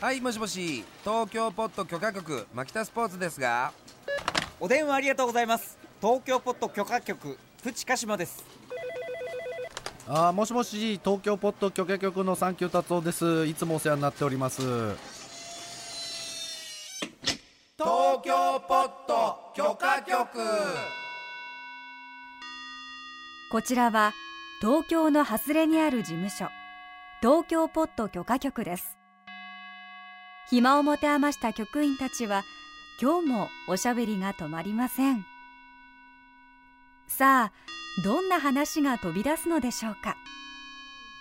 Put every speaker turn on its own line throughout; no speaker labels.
はいもしもし東京ポット許可局牧田スポーツですが
お電話ありがとうございます東京ポット許可局プチカシマです
あーもしもし東京ポッド許可局のサンキュー達夫ですいつもお世話になっております
東京ポット許可局
こちらは東京の外れにある事務所東京ポット許可局です暇を持て余した局員たちは今日もおしゃべりが止まりませんさあどんな話が飛び出すのでしょうか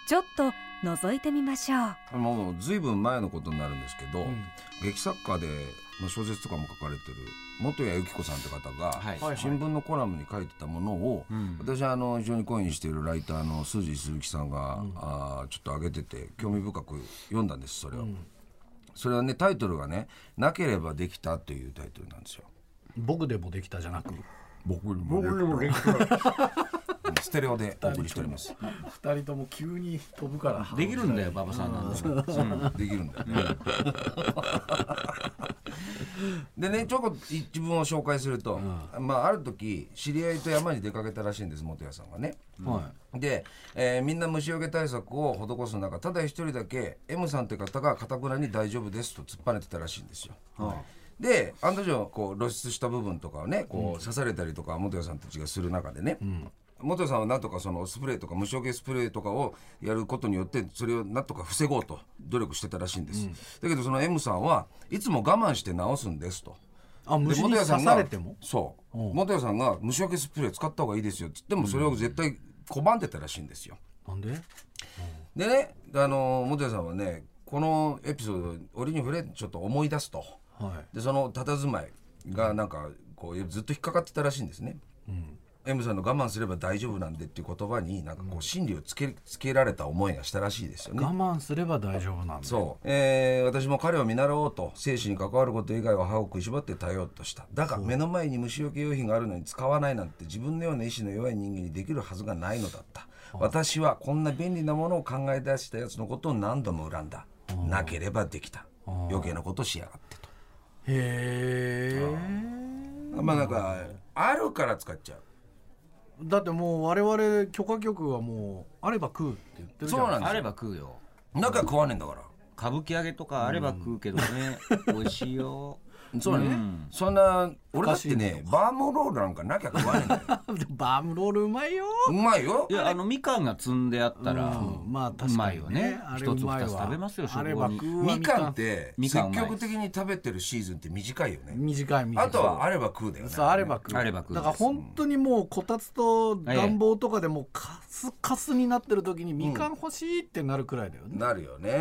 ちょっと覗いてみましょう
もうずいぶん前のことになるんですけど、
ん
劇作家で、まあ、小説とかも書かれてる元谷由紀子さんって方が、
はい
新聞のコラムに書いてたものを、私はあの非常に恋にしているライターの鈴木鈴木さんが、あーちょっと上げてて興味深く読んだんですそれを、それはねタイトルがね「なければできた」というタイトルなんですよ。
僕でもできたじゃなく
僕にも ステレオでお送りしております。
二人とも急に飛ぶから
できるんだよ馬場さんなんですよ
できるんだよね。でねちょこっと自分を紹介すると、まあ、ある時知り合いと山に出かけたらしいんです元谷さんがね。で、えーみんな虫除け対策を施す中ただ一人だけ M さんという方がかたくなに「大丈夫です」と突っぱねてたらしいんですよ。で案の定こう露出した部分とかをねこう刺されたりとか元谷さんたちがする中でね、元谷さんはなんとかそのスプレーとか虫除けスプレーとかをやることによってそれをなんとか防ごうと努力してたらしいんです、だけどその M さんはいつも我慢して治すんですと。
あ
で
虫に
元
刺
谷さんが
されても
そう元谷さんが虫除けスプレー使った方がいいですよって言ってもそれを絶対拒んでたらしいんですよ、
なんで
でね、あの元谷さんはねこのエピソード折に触れちょっと思い出すと、
は
でその佇まいがなんかこうずっと引っかかってたらしいんですね、M さんの我慢すれば大丈夫なんでっていう言葉になんかこう真理をつけつけられた思いがしたらしいですよね
我慢すれば大丈夫なんだ
そう、えー私も彼を見習おうと生死に関わること以外は歯を食いしばって耐えようとしただが目の前に虫除け用品があるのに使わないなんて自分のような意志の弱い人間にできるはずがないのだった私はこんな便利なものを考え出したやつのことを何度も恨んだなければできた余計なことしやがってと
へえ
まあなんかあるから使っちゃう
だってもう我々許可局はもうあれば食うって言ってるじゃ
そうなんんで
あ
す
れ
よ
ば食うよ
中食わねえんだから
歌舞伎揚げとかあれば食うけどね美味しいよ
そうね、そんな俺だってねバームロールなんかなきゃ食わねえんだよ
でもバームロールうまいよ
うまいよ
いやあのみかんが積んであったら
うんまあ
う
確
ま
か
いよ
にね
ね
あれ
一
う
つ
まい
二
わ
つ食べますよ
あれ
食後
ば
に
食うわ
みかんって
み
積
かんうまい
極的に食べてるシーズンって短いよね
短い短い
あとはあれば食うだよね
そうあれば食う
あれば食う
だから本当にもうこたつと暖房とかでもうカスカスになってる時にみかん欲しいってなるくらいだよね、
なるよね、
ん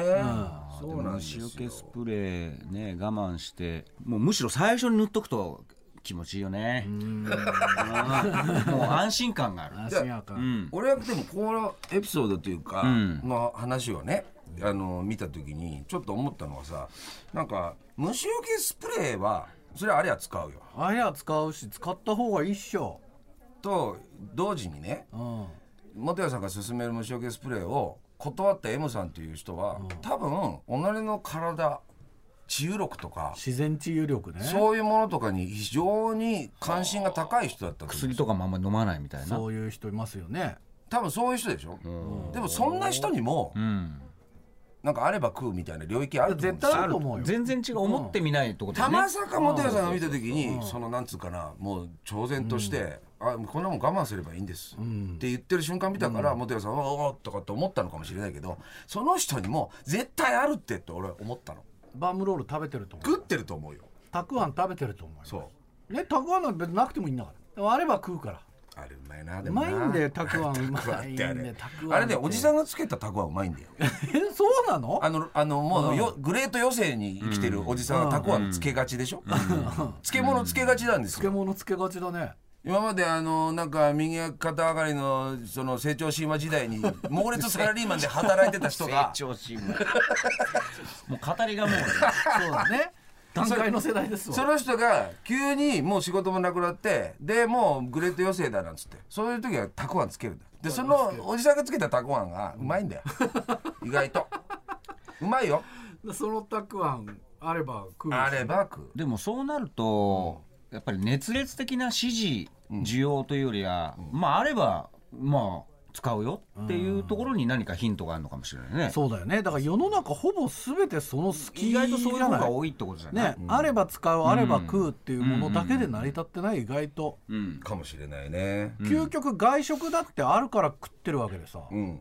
そうなんです
でも虫
よ
除けスプレーね我慢してもうむしろ最初に塗っとくと気持ちいいよね あーもう安心感がある
安心やか
うんん
俺はでもこのエピソードというか
ん
の話をね、あの見た時にちょっと思ったのはさなんか虫除けスプレーはそれはあれは使うよ
あれは使うし使った方がいいっしょ、
と同時にね
うん、
元谷さんが勧める虫除けスプレーを断った M さんという人は、多分己の体治癒力とか
自然治癒力ね
そういうものとかに非常に関心が高い人だったと思う
薬とかもあんまり飲まないみたいな
そういう人いますよね
多分そういう人でしょ、でもそんな人にも、
ん
なんかあれば食うみたいな領域あると思うん
絶
ですよ
対あると思うよ
全然違う思ってみないってことだ
た
よ
ま
ね
さか元谷さんが見た時にそのなんつうかなもう挑然として「あこんなもん我慢すればいいんです」って言ってる瞬間見たから元谷さんは「おお」とかって思ったのかもしれないけどその人にも絶対あるってって俺思ったの
バームロール食べてると思う
食ってると思うよ
たくあん食べてると思うよ
そう
ねたくあんなんて別になくてもいいんだからでもあれば食うから
あれうまいなで
う
も
ま
ない
んだよたくあ んうま
あ
い
れ
んだ
って
よ
あれ
たくあんって
あれねおじさんがつけたたくあんうまいんだよ
え そうなの
あのあのもうよグレート余生に生きてるおじさんはたくあんつけがちでしょ漬物つけがちなんですよ
漬物つけがちだね
今まであのなんか右肩上がりのその成長神話時代に猛烈サラリーマンで働いて た人
成
が
長しもう語りが もうね
そうだね段階の世代ですわ
その人が急にもう仕事もなくなってでもうグレート余生だなんつってそういう時はたくあんつけるんだ でそのおじさんがつけたたくあんがうまいんだよ意外とうまいよ
でそのたくあんあれば食う
あれば食う
でもそうなると、やっぱり熱烈的な支持需要というよりは、まああればまあ使うよっていうところに何かヒントがあるのかもしれないね、
そうだよねだから世の中ほぼ全てその好き
意外とそういう
じゃ
方
ない
が多いってことじゃない、
ね、あれば使うあれば食うっていうものだけで成り立ってない意外と、
うん、
かもしれないね
究極外食だってあるから食ってるわけでさ、
うん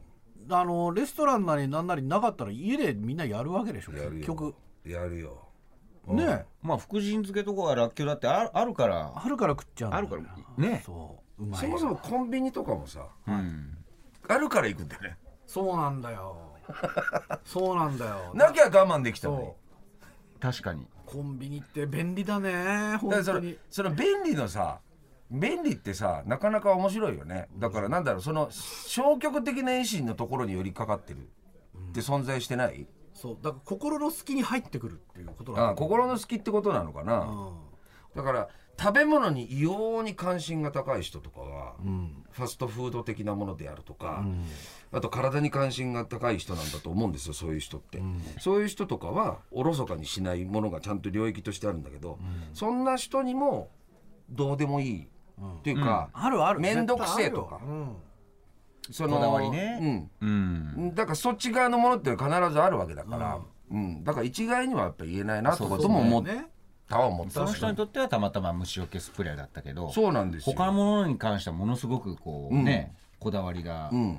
あのレストランなりなんなりなかったら家でみんなやるわけでしょ
やる
結局
よやるよ
ね
まあ福神漬けとかはラッキョウだってあるあるから
あるから食っちゃうんだよ
あるからね
そううまい
そもそもコンビニとかもさ
うん
あるから行くんだよね
そうなんだよ そうなんだよ
なきゃ我慢できたのに
そ
確かに
うコンビニって便利だね
だから
本
そ
当
れ
に
その便利のさ便利ってさなかなか面白いよねだからなんだろうその消極的な維新のところに寄りかかってるって存在してない、
そうだから心の隙に入ってくるっていうこと
あ
な
あ
んだ
心の好きってことなのかな、だから食べ物に異様に関心が高い人とかは、ファストフード的なものであるとか、あと体に関心が高い人なんだと思うんですよそういう人って、そういう人とかはおろそかにしないものがちゃんと領域としてあるんだけど、そんな人にもどうでもいいっていうか、
あるある
面倒くせえとか
絶対あるようん
その
こだわりね
うん
うん
だからそっち側のものっていうのは必ずあるわけだから、うんだから一概にはやっぱ言えないなってことも思ったは思っ
そ
た
の人にとってはたまたま虫除けスプレーだったけど
そうなんですよ
他のものに関してはものすごくこうね、こだわりが、
うん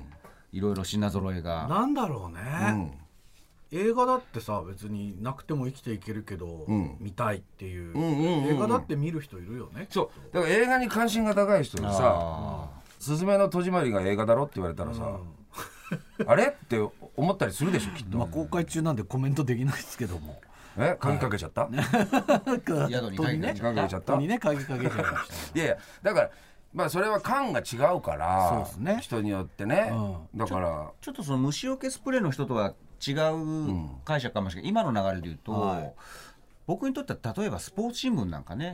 いろいろ品揃えが
なんだろうね、
うん
映画だってさ別になくても生きていけるけど、
ん
見たいっていう,、
んうんうんうん
映画だって見る人いるよね
そうだから映画に関心が高い人にさ
あ
「すずめの戸締まり」が映画だろって言われたらさ、あれって思ったりするでしょきっと、
まあ公開中なんでコメントできないですけど も
え鍵かけちゃった、
なんか
宿に鍵かけ
ちゃ
本
った
当にね鍵かけちゃいました
いやいやだからまあそれは感が違うから
そうですね
人によってね、
う
だから
ちょっとその虫除けスプレーの人とは違う解釈かもしれない、今の流れで言うと、僕にとっては例えばスポーツ新聞なんかね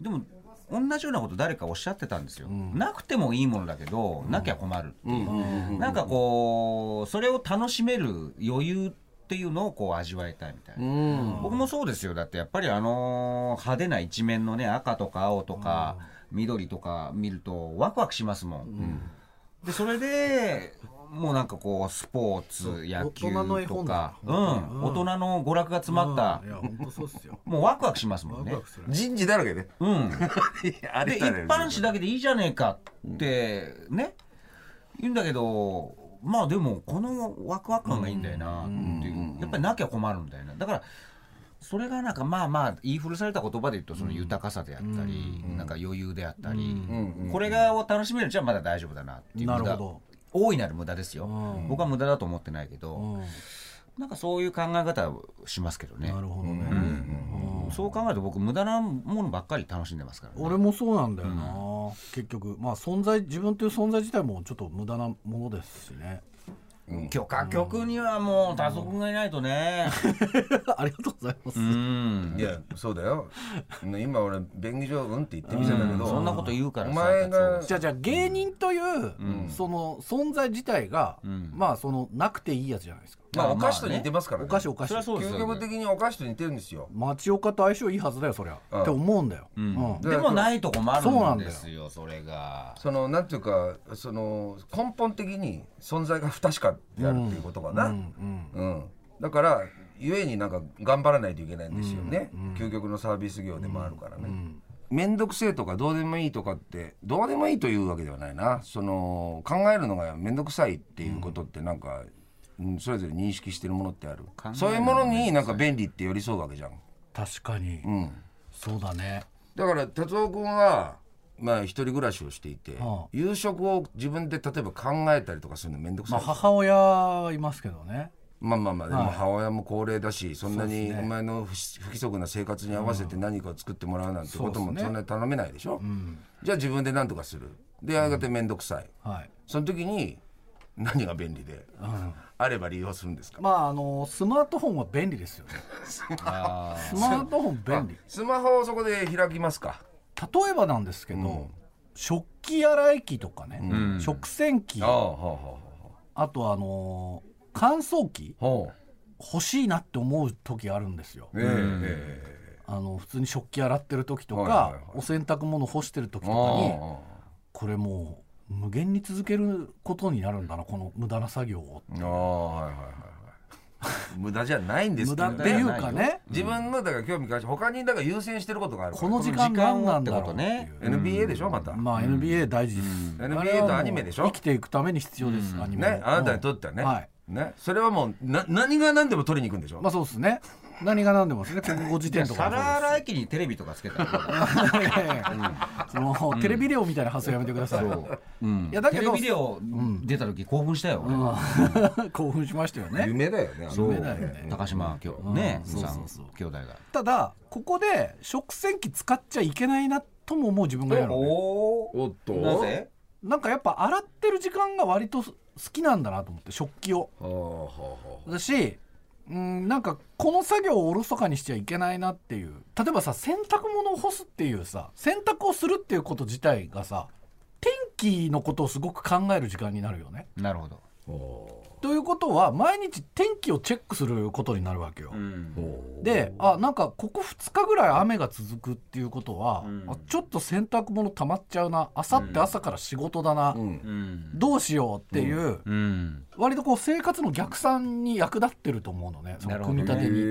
でも同じようなこと誰かおっしゃってたんですよ、なくてもいいものだけどなきゃ困るっていう、なんかこうそれを楽しめる余裕っていうのをこう味わいたいみたいな、僕もそうですよだってやっぱりあの派手な一面のね赤とか青とか緑とか見るとワクワクしますもん、でそれでもうなんかこうスポーツ野球
大人の絵
と
本だ
か、うん、大人の娯楽が詰まった
うんい、や本当そうっすよ
もうワクワクしますも
ワ
ん
ク
ね
ワクする
人事だらけね
うん
あ
で
り
一
とあらゆる
般紙だけでいいじゃねえかってね言うんだけどまあでもこのワクワク感がいいんだよなっていうやっぱりなきゃ困るんだよなだからそれがなんかまあまあ言い古された言葉で言うとその豊かさであったりなんか余裕であったりこれがを楽しめるじゃまだ大丈夫だなっていう
な
無
る
駄
ほ
大いなる無駄ですよ
うん
僕は無駄だと思ってないけ
ど、う
ど
ん
なんかそういう考え方をしますけどね
なるほどね、
そう考えると僕無駄なものばっかり楽しんでますからね
俺もそうなんだよな、結局まあ存在自分という存在自体もちょっと無駄なものですし ね
許可局にはもう打足がいないとね。
ありがとうございます、
うん。
いやそうだよね今俺便宜上うんって言ってみせたけど、
そんなこと言うから
お前が
じゃあじゃあ芸人という、その存在自体が、まあそのなくていいやつじゃないですか
まあ
まあ
お菓子と似てますから
お
ね
かしいおかしい
そりゃそうですよ
究極
ね。
的にお菓子と似てるんですよ
町岡と相性いいはずだよそりゃ、
うん
って思うんだよ、うん
でもないと困
そうな
る
ん
ん
だよ
ですよ、それが。
そのなんていうかその根本的に存在が不確かであるっていうことかな、うんだからゆえになんか頑張らないといけないんですよね、究極のサービス業でもあるからね。面倒くせえとかどうでもいいとかってどうでもいいというわけではないなその考えるのが面倒くさいっていうことってなんか、うんそれぞれ認識してるものってある
えるのが
そういうものになんか便利って寄り添うわけじゃん。
確かに、
うん
そうだね
だから達夫君はまあ一人暮らしをしていて、
ああ
夕食を自分で例えば考えたりとかするの面倒くさ
ま
い、
あ母親はいますけどね
まあまあまあでも母親も高齢だしそんなに
そうっすね
お前の不不規則な生活に合わせて何かを作ってもらうなんてこと
そうっ
も
すね
そんなに頼めないでしょ、じゃあ自分で何とかするでやがて面倒くさい、
はい
その時に何が便利で、あれば利用するんですか、
まああのスマートフォンは便利です よね
あー
スマートフォン便利
スマホをそこで開きますか
例えばなんですけど、食器洗い機とかね、食洗機あ
ほうほうほう
とあのー乾燥機
ほう
欲しいなって思う時あるんですよ。
えええ
あの普通に食器洗ってる時とか、
はいはいはい
お洗濯物干してる時
え
とかにこれもう無限に続けることになるんだなこの無駄な作業を。
ああはいはいはいはい無駄じゃないんです
無
けど
駄
ね
っていうかね
自分のだから興味関心他にだから優先してることがあるから
この時間何なんだろうって
この時間をって
い
こ
う。
NBA でしょまた、
まあ NBA 大事です、
うん
あれはもう
NBA とアニメでしょ
生きていくために必要です、アニメ
ねあなたにとってはね,、
はい
ねそれはもうな何が何でも取りに行くんでしょ、
まあそうですね何が何でもですね国語辞典とかも
皿
そう
洗
で
い機にテレビとかつけたら
す いやいやいやそのテレビデオみたいな発想やめてください、
うん
いやだけ
テ
ど
レビデオ出た時興奮したよ、俺
うん 興奮しましたよね
夢だよねあの
そう
夢だよね
高島兄弟
ん
ね
そうそうそう
さん兄弟が
ただここで食洗機使っちゃいけないなとも思う自分がいるのね
お
おっと
なぜ
なんかやっぱ洗ってる時間が割と好きなんだなと思って食器を
はあはあは
だしうんなんかこの作業をおろそかにしちゃいけないなっていう例えばさ洗濯物を干すっていうさ洗濯をするっていうこと自体がさ天気のことをすごく考える時間になるよね。
なるほど、
あお
ということは毎日天気をチェックすることになるわけよ。
ー
であなんかここ2日ぐらい雨が続くっていうことは、
うん
あちょっと洗濯物溜まっちゃうなあさって朝から仕事だな、
うん
うん
どうしようっていう、
うん
割とこう生活の逆算に役立ってると思うのねその組み立
な
て
る
に。
へ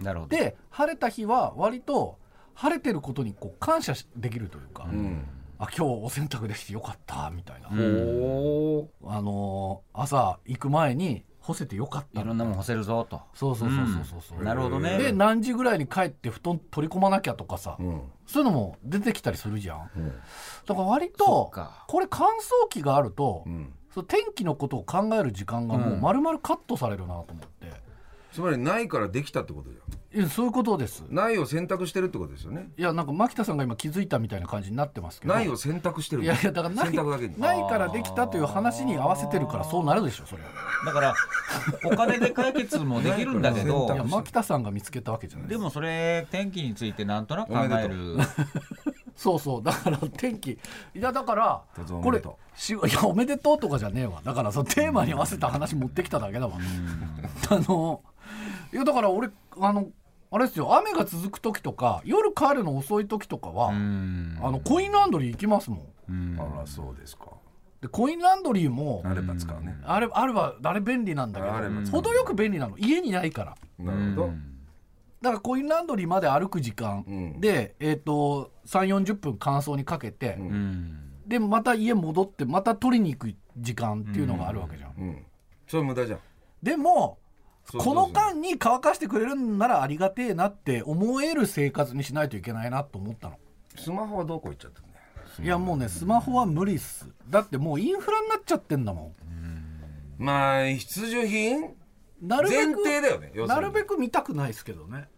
え
なるほど
で晴れた日は割と晴れてることにこう感謝しできるというか、
うん
あ今日お洗濯できてよかったみたいな、
うん
お
あのー朝行く前に干せてよかった
いろんなもん干せるぞと
そうそうそうそうそうそう、
なるほどね
で何時ぐらいに帰って布団取り込まなきゃとかさ、
うん
そういうのも出てきたりするじゃん
うん
だから割
そ
と
っか
これ乾燥機があると、
うん
その天気のことを考える時間がもう丸々カットされるなと思って、
つまりないからできたってことじ
いやそういうことです
ゃんないを選択してるってことですよね
いやなんか牧田さんが今気づいたみたいな感じになってますけど
ないを選択してる
いやいやだからない
選択だけに
ないからできたという話に合わせてるからそうなるでしょそれは
だからお金で解決もできるんだけ
ない
ど
か
い
ら
や牧田さんが見つけたわけじゃない
でもそれ天気についてなんとなく考える
そうそうだから天気いやだから
哲夫お
こ
めで
れ
とう
しい やおめでとうとかじゃねえわだからそのテーマに合わせた話持ってきただけだわ あのいやだから俺あのあれですよ雨が続く時とか夜帰るの遅い時とかは、
うん
あのコインランドリー行きますも
うん
ん
あらそうですか
でコインランドリーも
あれば使うね
あれあればあれ便利なんだ
あれば
け
使
ど程よく便利なの家にないから
なるほど
だからコインランドリーまで歩く時
う
間
ん
で、えっ、と3 4 0分乾燥にかけて、
ん
うん
でまた家戻ってまた取りに行く時間っていうのがあるわけじゃん、
うんそれ無駄じゃん
でも
そうそ
こ
うそう
の間に乾かしてくれるんならありがてえなって思える生活にしないといけないなと思ったの、
スマホはどこ行っちゃったんだよ
いやもうねスマホは無理っすだってもうインフラになっちゃってんだも
まあ必需品
んなるべ
前
く
提だよね要す
な
る
る
に
べく見たくないですけどね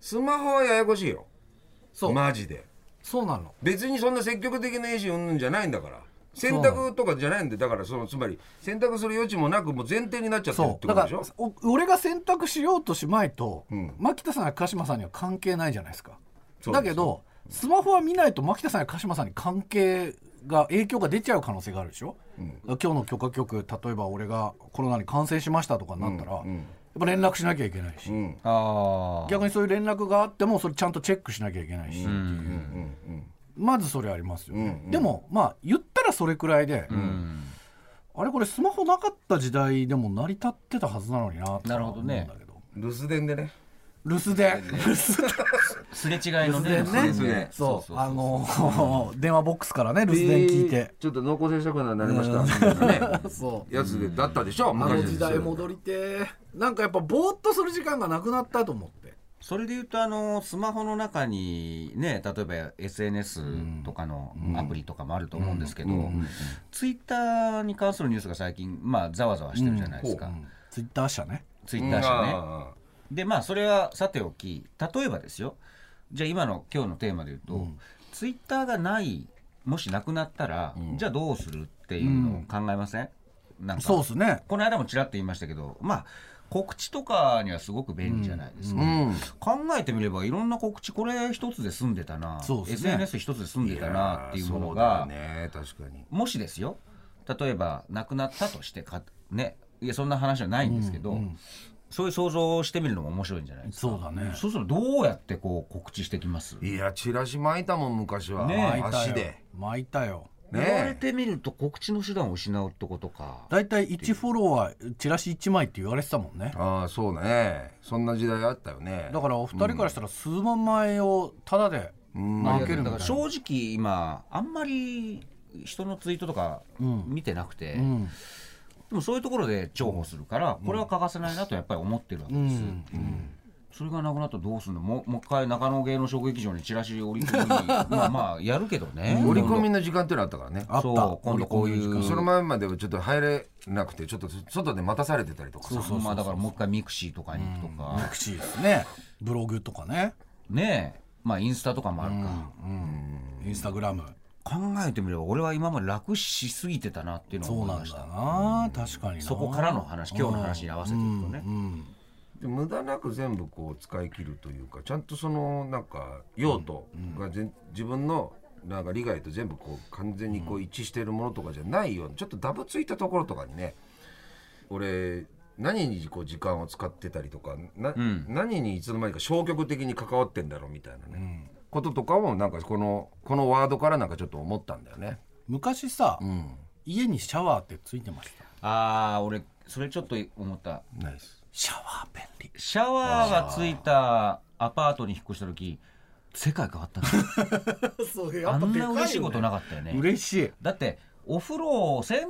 スマホはややこしいよ
そう、
マジで
そうなの
別にそんな積極的な意思うんじゃないんだから選択とかじゃないんでだからそのつまり選択する余地もなくもう前提になっちゃってるっ
そ
て
う
こ
だ
と
か
でし
ら
ょ
お俺が選択しようとしまいと、
うん
牧田さんや鹿島さんには関係ないじゃないですか
そうです
だけどスマホは見ないと牧田さんや鹿島さんに関係が影響が出ちゃう可能性があるでしょ、今日の許可局例えば俺がコロナに感染しましたとかになったら、
うんうん
やっぱ連絡しなきゃいけないし、
うん
ああ
逆にそういう連絡があってもそれちゃんとチェックしなきゃいけないし、
うんうん
まずそれありますよね、
うんうん
でもまあ言ったらそれくらいで、
うん
あれこれスマホなかった時代でも成り立ってたはずなのになと
なる
は
ほ
思う
ど
んだ
ね
けど
留守電でね
留守 電留守
すれ違いのね
電ねそうあの ー電話ボックスからね留守電聞いて、
ちょっと濃厚接触者になりましたみたいなね
そう
やつでだったでしょ
あの
昔
時代戻りてーなんかやっぱぼーっとする時間がなくなったと思って
それで言うとあのスマホの中にね例えば SNS とかのアプリとかもあると思うんですけど、ツイッターに関するニュースが最近まあざわざわしてるじゃないですか、
ツイッター社ね
ツイッター社ね、
うん
でまあそれはさておき例えばですよじゃあ今の今日のテーマで言うと、ツイッターがないもしなくなったら、じゃあどうするっていうのを考えません、なんか
そうですね
この間もちらっと言いましたけどまあ告知とかにはすごく便利じゃないですか、
うん
考えてみればいろんな告知これ一つで済んでたな、
そうですね
SNS 一つで済んでたなっていうもの
やー
が、
そうだよね確かに
もしですよ例えば亡くなったとしてかねいやそんな話はないんですけど、そういう想像をしてみるのも面白いんじゃないですか
そうだね
そうするとどうやってこう告知してきます
いやチラシ巻いたもん昔は、
ねえ
巻いた
足
よ
で
巻いたよ
言われ
ねえ
てみると告知の手段を失うってことか
大体1フォロワーチラシ1枚って言われてたもんね
ああそうねそんな時代あったよね
だからお二人からしたら数万枚をタダで
うん
負けるみ
だ
た
か
い
ら
な
正直今あんまり人のツイートとか見てなくて、
うん
でもそういうところで重宝するから、これは欠かせないなとやっぱり思ってるわけです、それがなくなったらどうすんのもうもう一回中野芸能小劇場にチラシ折り込み まあまあやるけどね
折り込みの時間っていうのあったからね
あった
そう今度こういう
その前まではちょっと入れなくてちょっと外で待たされてたりとかさ
まあだからもう一回ミクシーとかに行くとか、
ミクシーで すねブログとかね
ねえまあインスタとかもあるか、
インスタグラム
考えてみれば俺は今まで楽しすぎてたなっていうのを
そう
思い
なん
ました
だな確かにな
そこからの話今日の話に合わせていくとね、
で無駄なく全部こう使い切るというかちゃんとそのなんか用途がぜん、自分のなんか利害と全部こう完全にこう一致しているものとかじゃないようにちょっとダブついたところとかにね俺何にこう時間を使ってたりとかな、何にいつの間にか消極的に関わってんだろうみたいなね、こととかもなんかこのこのワードからなんかちょっと思ったんだよね。
昔さ
うん、
家にシャワーってついてました
ああ俺それちょっと思った
ナイス
シャワー便利
シャワーがついたアパートに引っ越した時世界変わったね
そう
あんな嬉しいことなかったよね
嬉しい
だってお風呂銭湯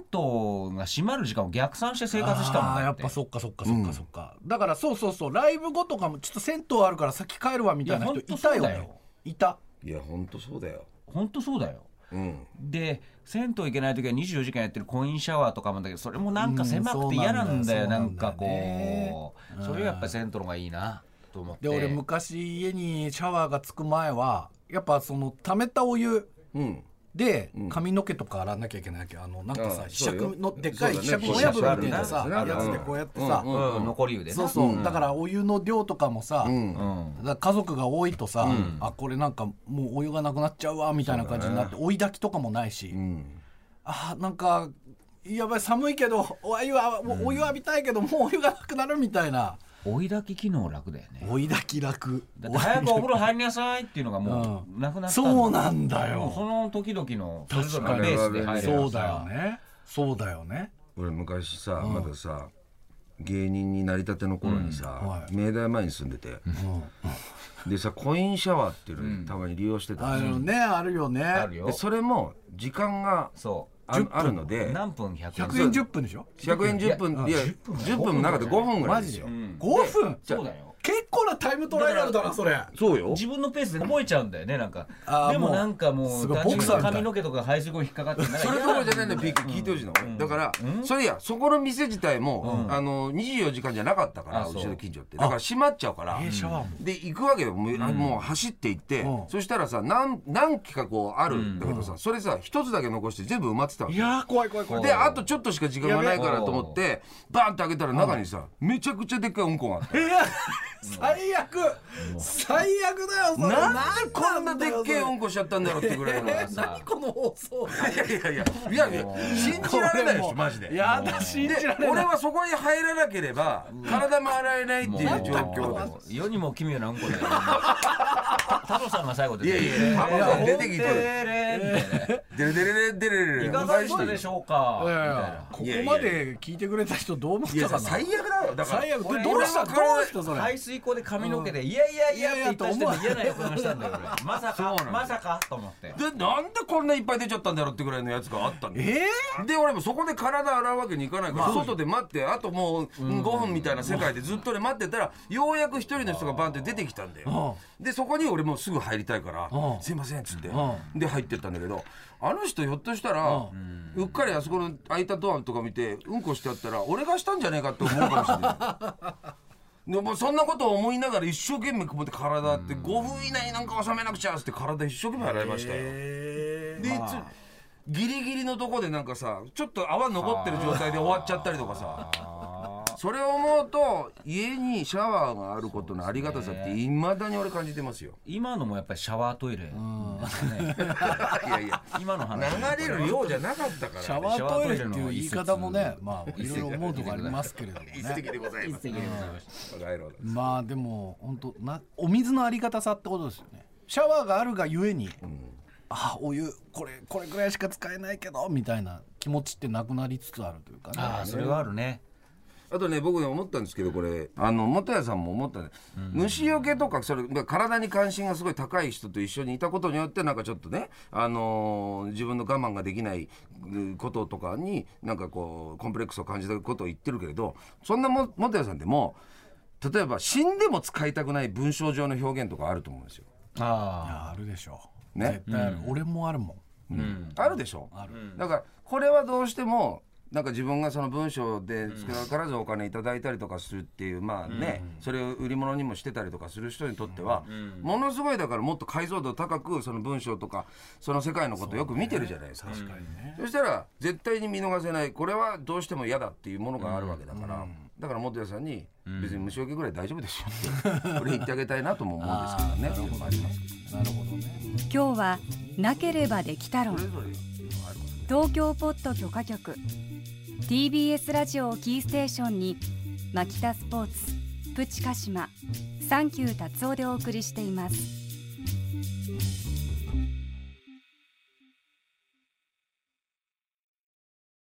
が閉まる時間を逆算して生活したもん
あ
だ
ー
て
やっぱそっかそっかそっかそっか、だからそうそうそうライブ後とかもちょっと銭湯あるから先帰るわみたいな人
いやほ
い
んとそ
た
う
よ
だ
ね
よ
いた
いやほんとそうだよ。
本当そうだよ
うん
で銭湯行けない時は24時間やってるコインシャワーとかもだけどそれもなんか狭
う
く
ん
て嫌なんだよ、
そう
な
なんんだ
か
よね
こう、それがやっぱり銭湯の方がいいなと思って
で俺昔家にシャワーがつく前はやっぱその溜めたお湯
うん
で髪の毛とか洗わなきゃいけないけどあのなんか
あ
さ
あ
ひしゃ
そう
く
よ
のでっかい
そう
ひ
だね
しゃく親分みたいなさ
そうだね
やつでこうやってさ
うん
うん残り湯でね
そうそうだからお湯の量とかもさ
うん
うん
だから家族が多いとさあこれなんかもうお湯がなくなっちゃうわみたいな感じになって追い炊きとかもないし
うん
あーなんかやばい寒いけどお湯はおお湯浴びたいけどもうお湯がなくなるみたいな
追い炊き機能楽だよね
追い炊き楽
だって早くお風呂入りなさいっていうのがも
う
うなくなった
そうなんだ
もうそ
よ
の時々のそれ
確
ぞれ
か
の
に
ベースで入ればさ
そうだよねそうだよね
俺昔さ、まださ芸人になりたての頃にさ、
は
明大前に住んでて、でさコインシャワーっていうのにたまに利用してた
あ
んです
の
よ
ねあるよね
あるよ
でそれも時間が
そ
ああるの
う
で
何分100
100円10分でしょ
100円10分いや10分もなかった5分ぐら
マ
いで
ジ
す
で
よ
5分
そうだよ
結構なタイムトライアルだなそれ
そうよ
自分のペースで覚えちゃうんだよねなんか
あー
でもなんかも
す
う
ごい
単純
ボ
に
クサーみたい
髪の毛とか排水口引っかかって
それどころじゃないんだよピーク聞いてほしいの、だから、それやそこの店自体も、あの24時間じゃなかったから
あ
う
そう
ちの近所ってだから閉まっちゃうから、
えーシャワーも
で行くわけよもう,、もう走って行って、
うん
そしたらさ何何機かこうあるんだけどさ、それさ一つだけ残して全部埋まってたわけ
いやー怖い怖い怖い
であとちょっとしか時間がないからと思ってバーンって開けたら中にさめちゃくちゃでっかいうんこがあった
いや最悪最悪だよそれ
なんでこんなでっけえうん
こ
こしちゃったんだろうってぐらいの
えー何この放送
いやいやいやいやいや信じられないでしょマジで
いやだ信
で
じられな
俺
い
はそこに入らなければ体も洗えないっていう状況
もう世にも奇妙なうんこ だよ太郎さんが最後
で
で
いやいやパパさん出てき
テ
て
レーみたいな
デレデレデレデレデレ
いかがでしたでしょうか
い
み
やい
たい
や
な
ここまで聞いてくれた人どう思っ
い
た
や
か
さ
な
最悪だよだから
最悪
俺
でどうした
俺
ど
の体
うしたそれ
排水口で髪の毛で「いやいやいや」って言った人に嫌な予感がしたんだよ 俺まさかまさかと思って
でなんでこんないっぱい出ちゃったんだろうってぐらいのやつがあったんだよ
え
で俺もそこで体洗うわけにいかないから外で待ってあともう5分みたいな世界でずっと俺待ってたらようやく一人の人がバンって出てきたんだよでそこに俺もうすぐ入りたいから「すいません」っつってで入ってったんだけどあの人ひょっとしたらうっかりあそこの開いたドアとか見てうんこしてあったら俺がしたんじゃねえかって思うかもしれない。でもそんなことを思いながら一生懸命こうやって体って5分以内になんか収めなくちゃっつって体一生懸命洗いましたよ。でいつ、ギリギリのとこでなんかさちょっと泡残ってる状態で終わっちゃったりとかさそれを思うと家にシャワーがあることのありがたさっていまだに俺感じてますよ
今のもやっぱりシャワートイレですね、
いやいや
今の話
流れる量じゃなかったから
シャワートイレっていう言い方もねまあいろいろ思うとこありますけれども
一
ね
石でございます一石でございました帰ろう
まあでも本当なお水のありがたさってことですよねシャワーがあるがゆえに、あお湯これこれぐらいしか使えないけどみたいな気持ちってなくなりつつあるというかね
ああそれはあるね
あとね僕ね思ったんですけどこれあの元谷さんも思ったね、虫よけとかそれまあ体に関心がすごい高い人と一緒にいたことによってなんかちょっとね、あのー自分の我慢ができないうんこととかになんかこうコンプレックスを感じたことを言ってるけれどそんなも元谷さんでも例えば死んでも使いたくない文章上の表現とかあると思うんですよ。
あ
あるでしょう
ね
絶対ある、俺もあるもん
あるでしょだからこれはどうしてもなんか自分がその文章で少なからずお金いただいたりとかするっていうまあねそれを売り物にもしてたりとかする人にとってはものすごいだからもっと解像度高くその文章とかその世界のことをよく見てるじゃないですかそしたら絶対に見逃せないこれはどうしても嫌だっていうものがあるわけだからだから元谷さんに別に虫除けぐらい大丈夫ですよ ってこれ言ってあげたいなとも思うんですけどねありますけど
な
ね
るほどね
今日はなければできた論
それぞれあるから
東京ポッド許可局 TBS ラジオをキーステーションにマキタスポーツプチカシマサンキュー達夫でお送りしています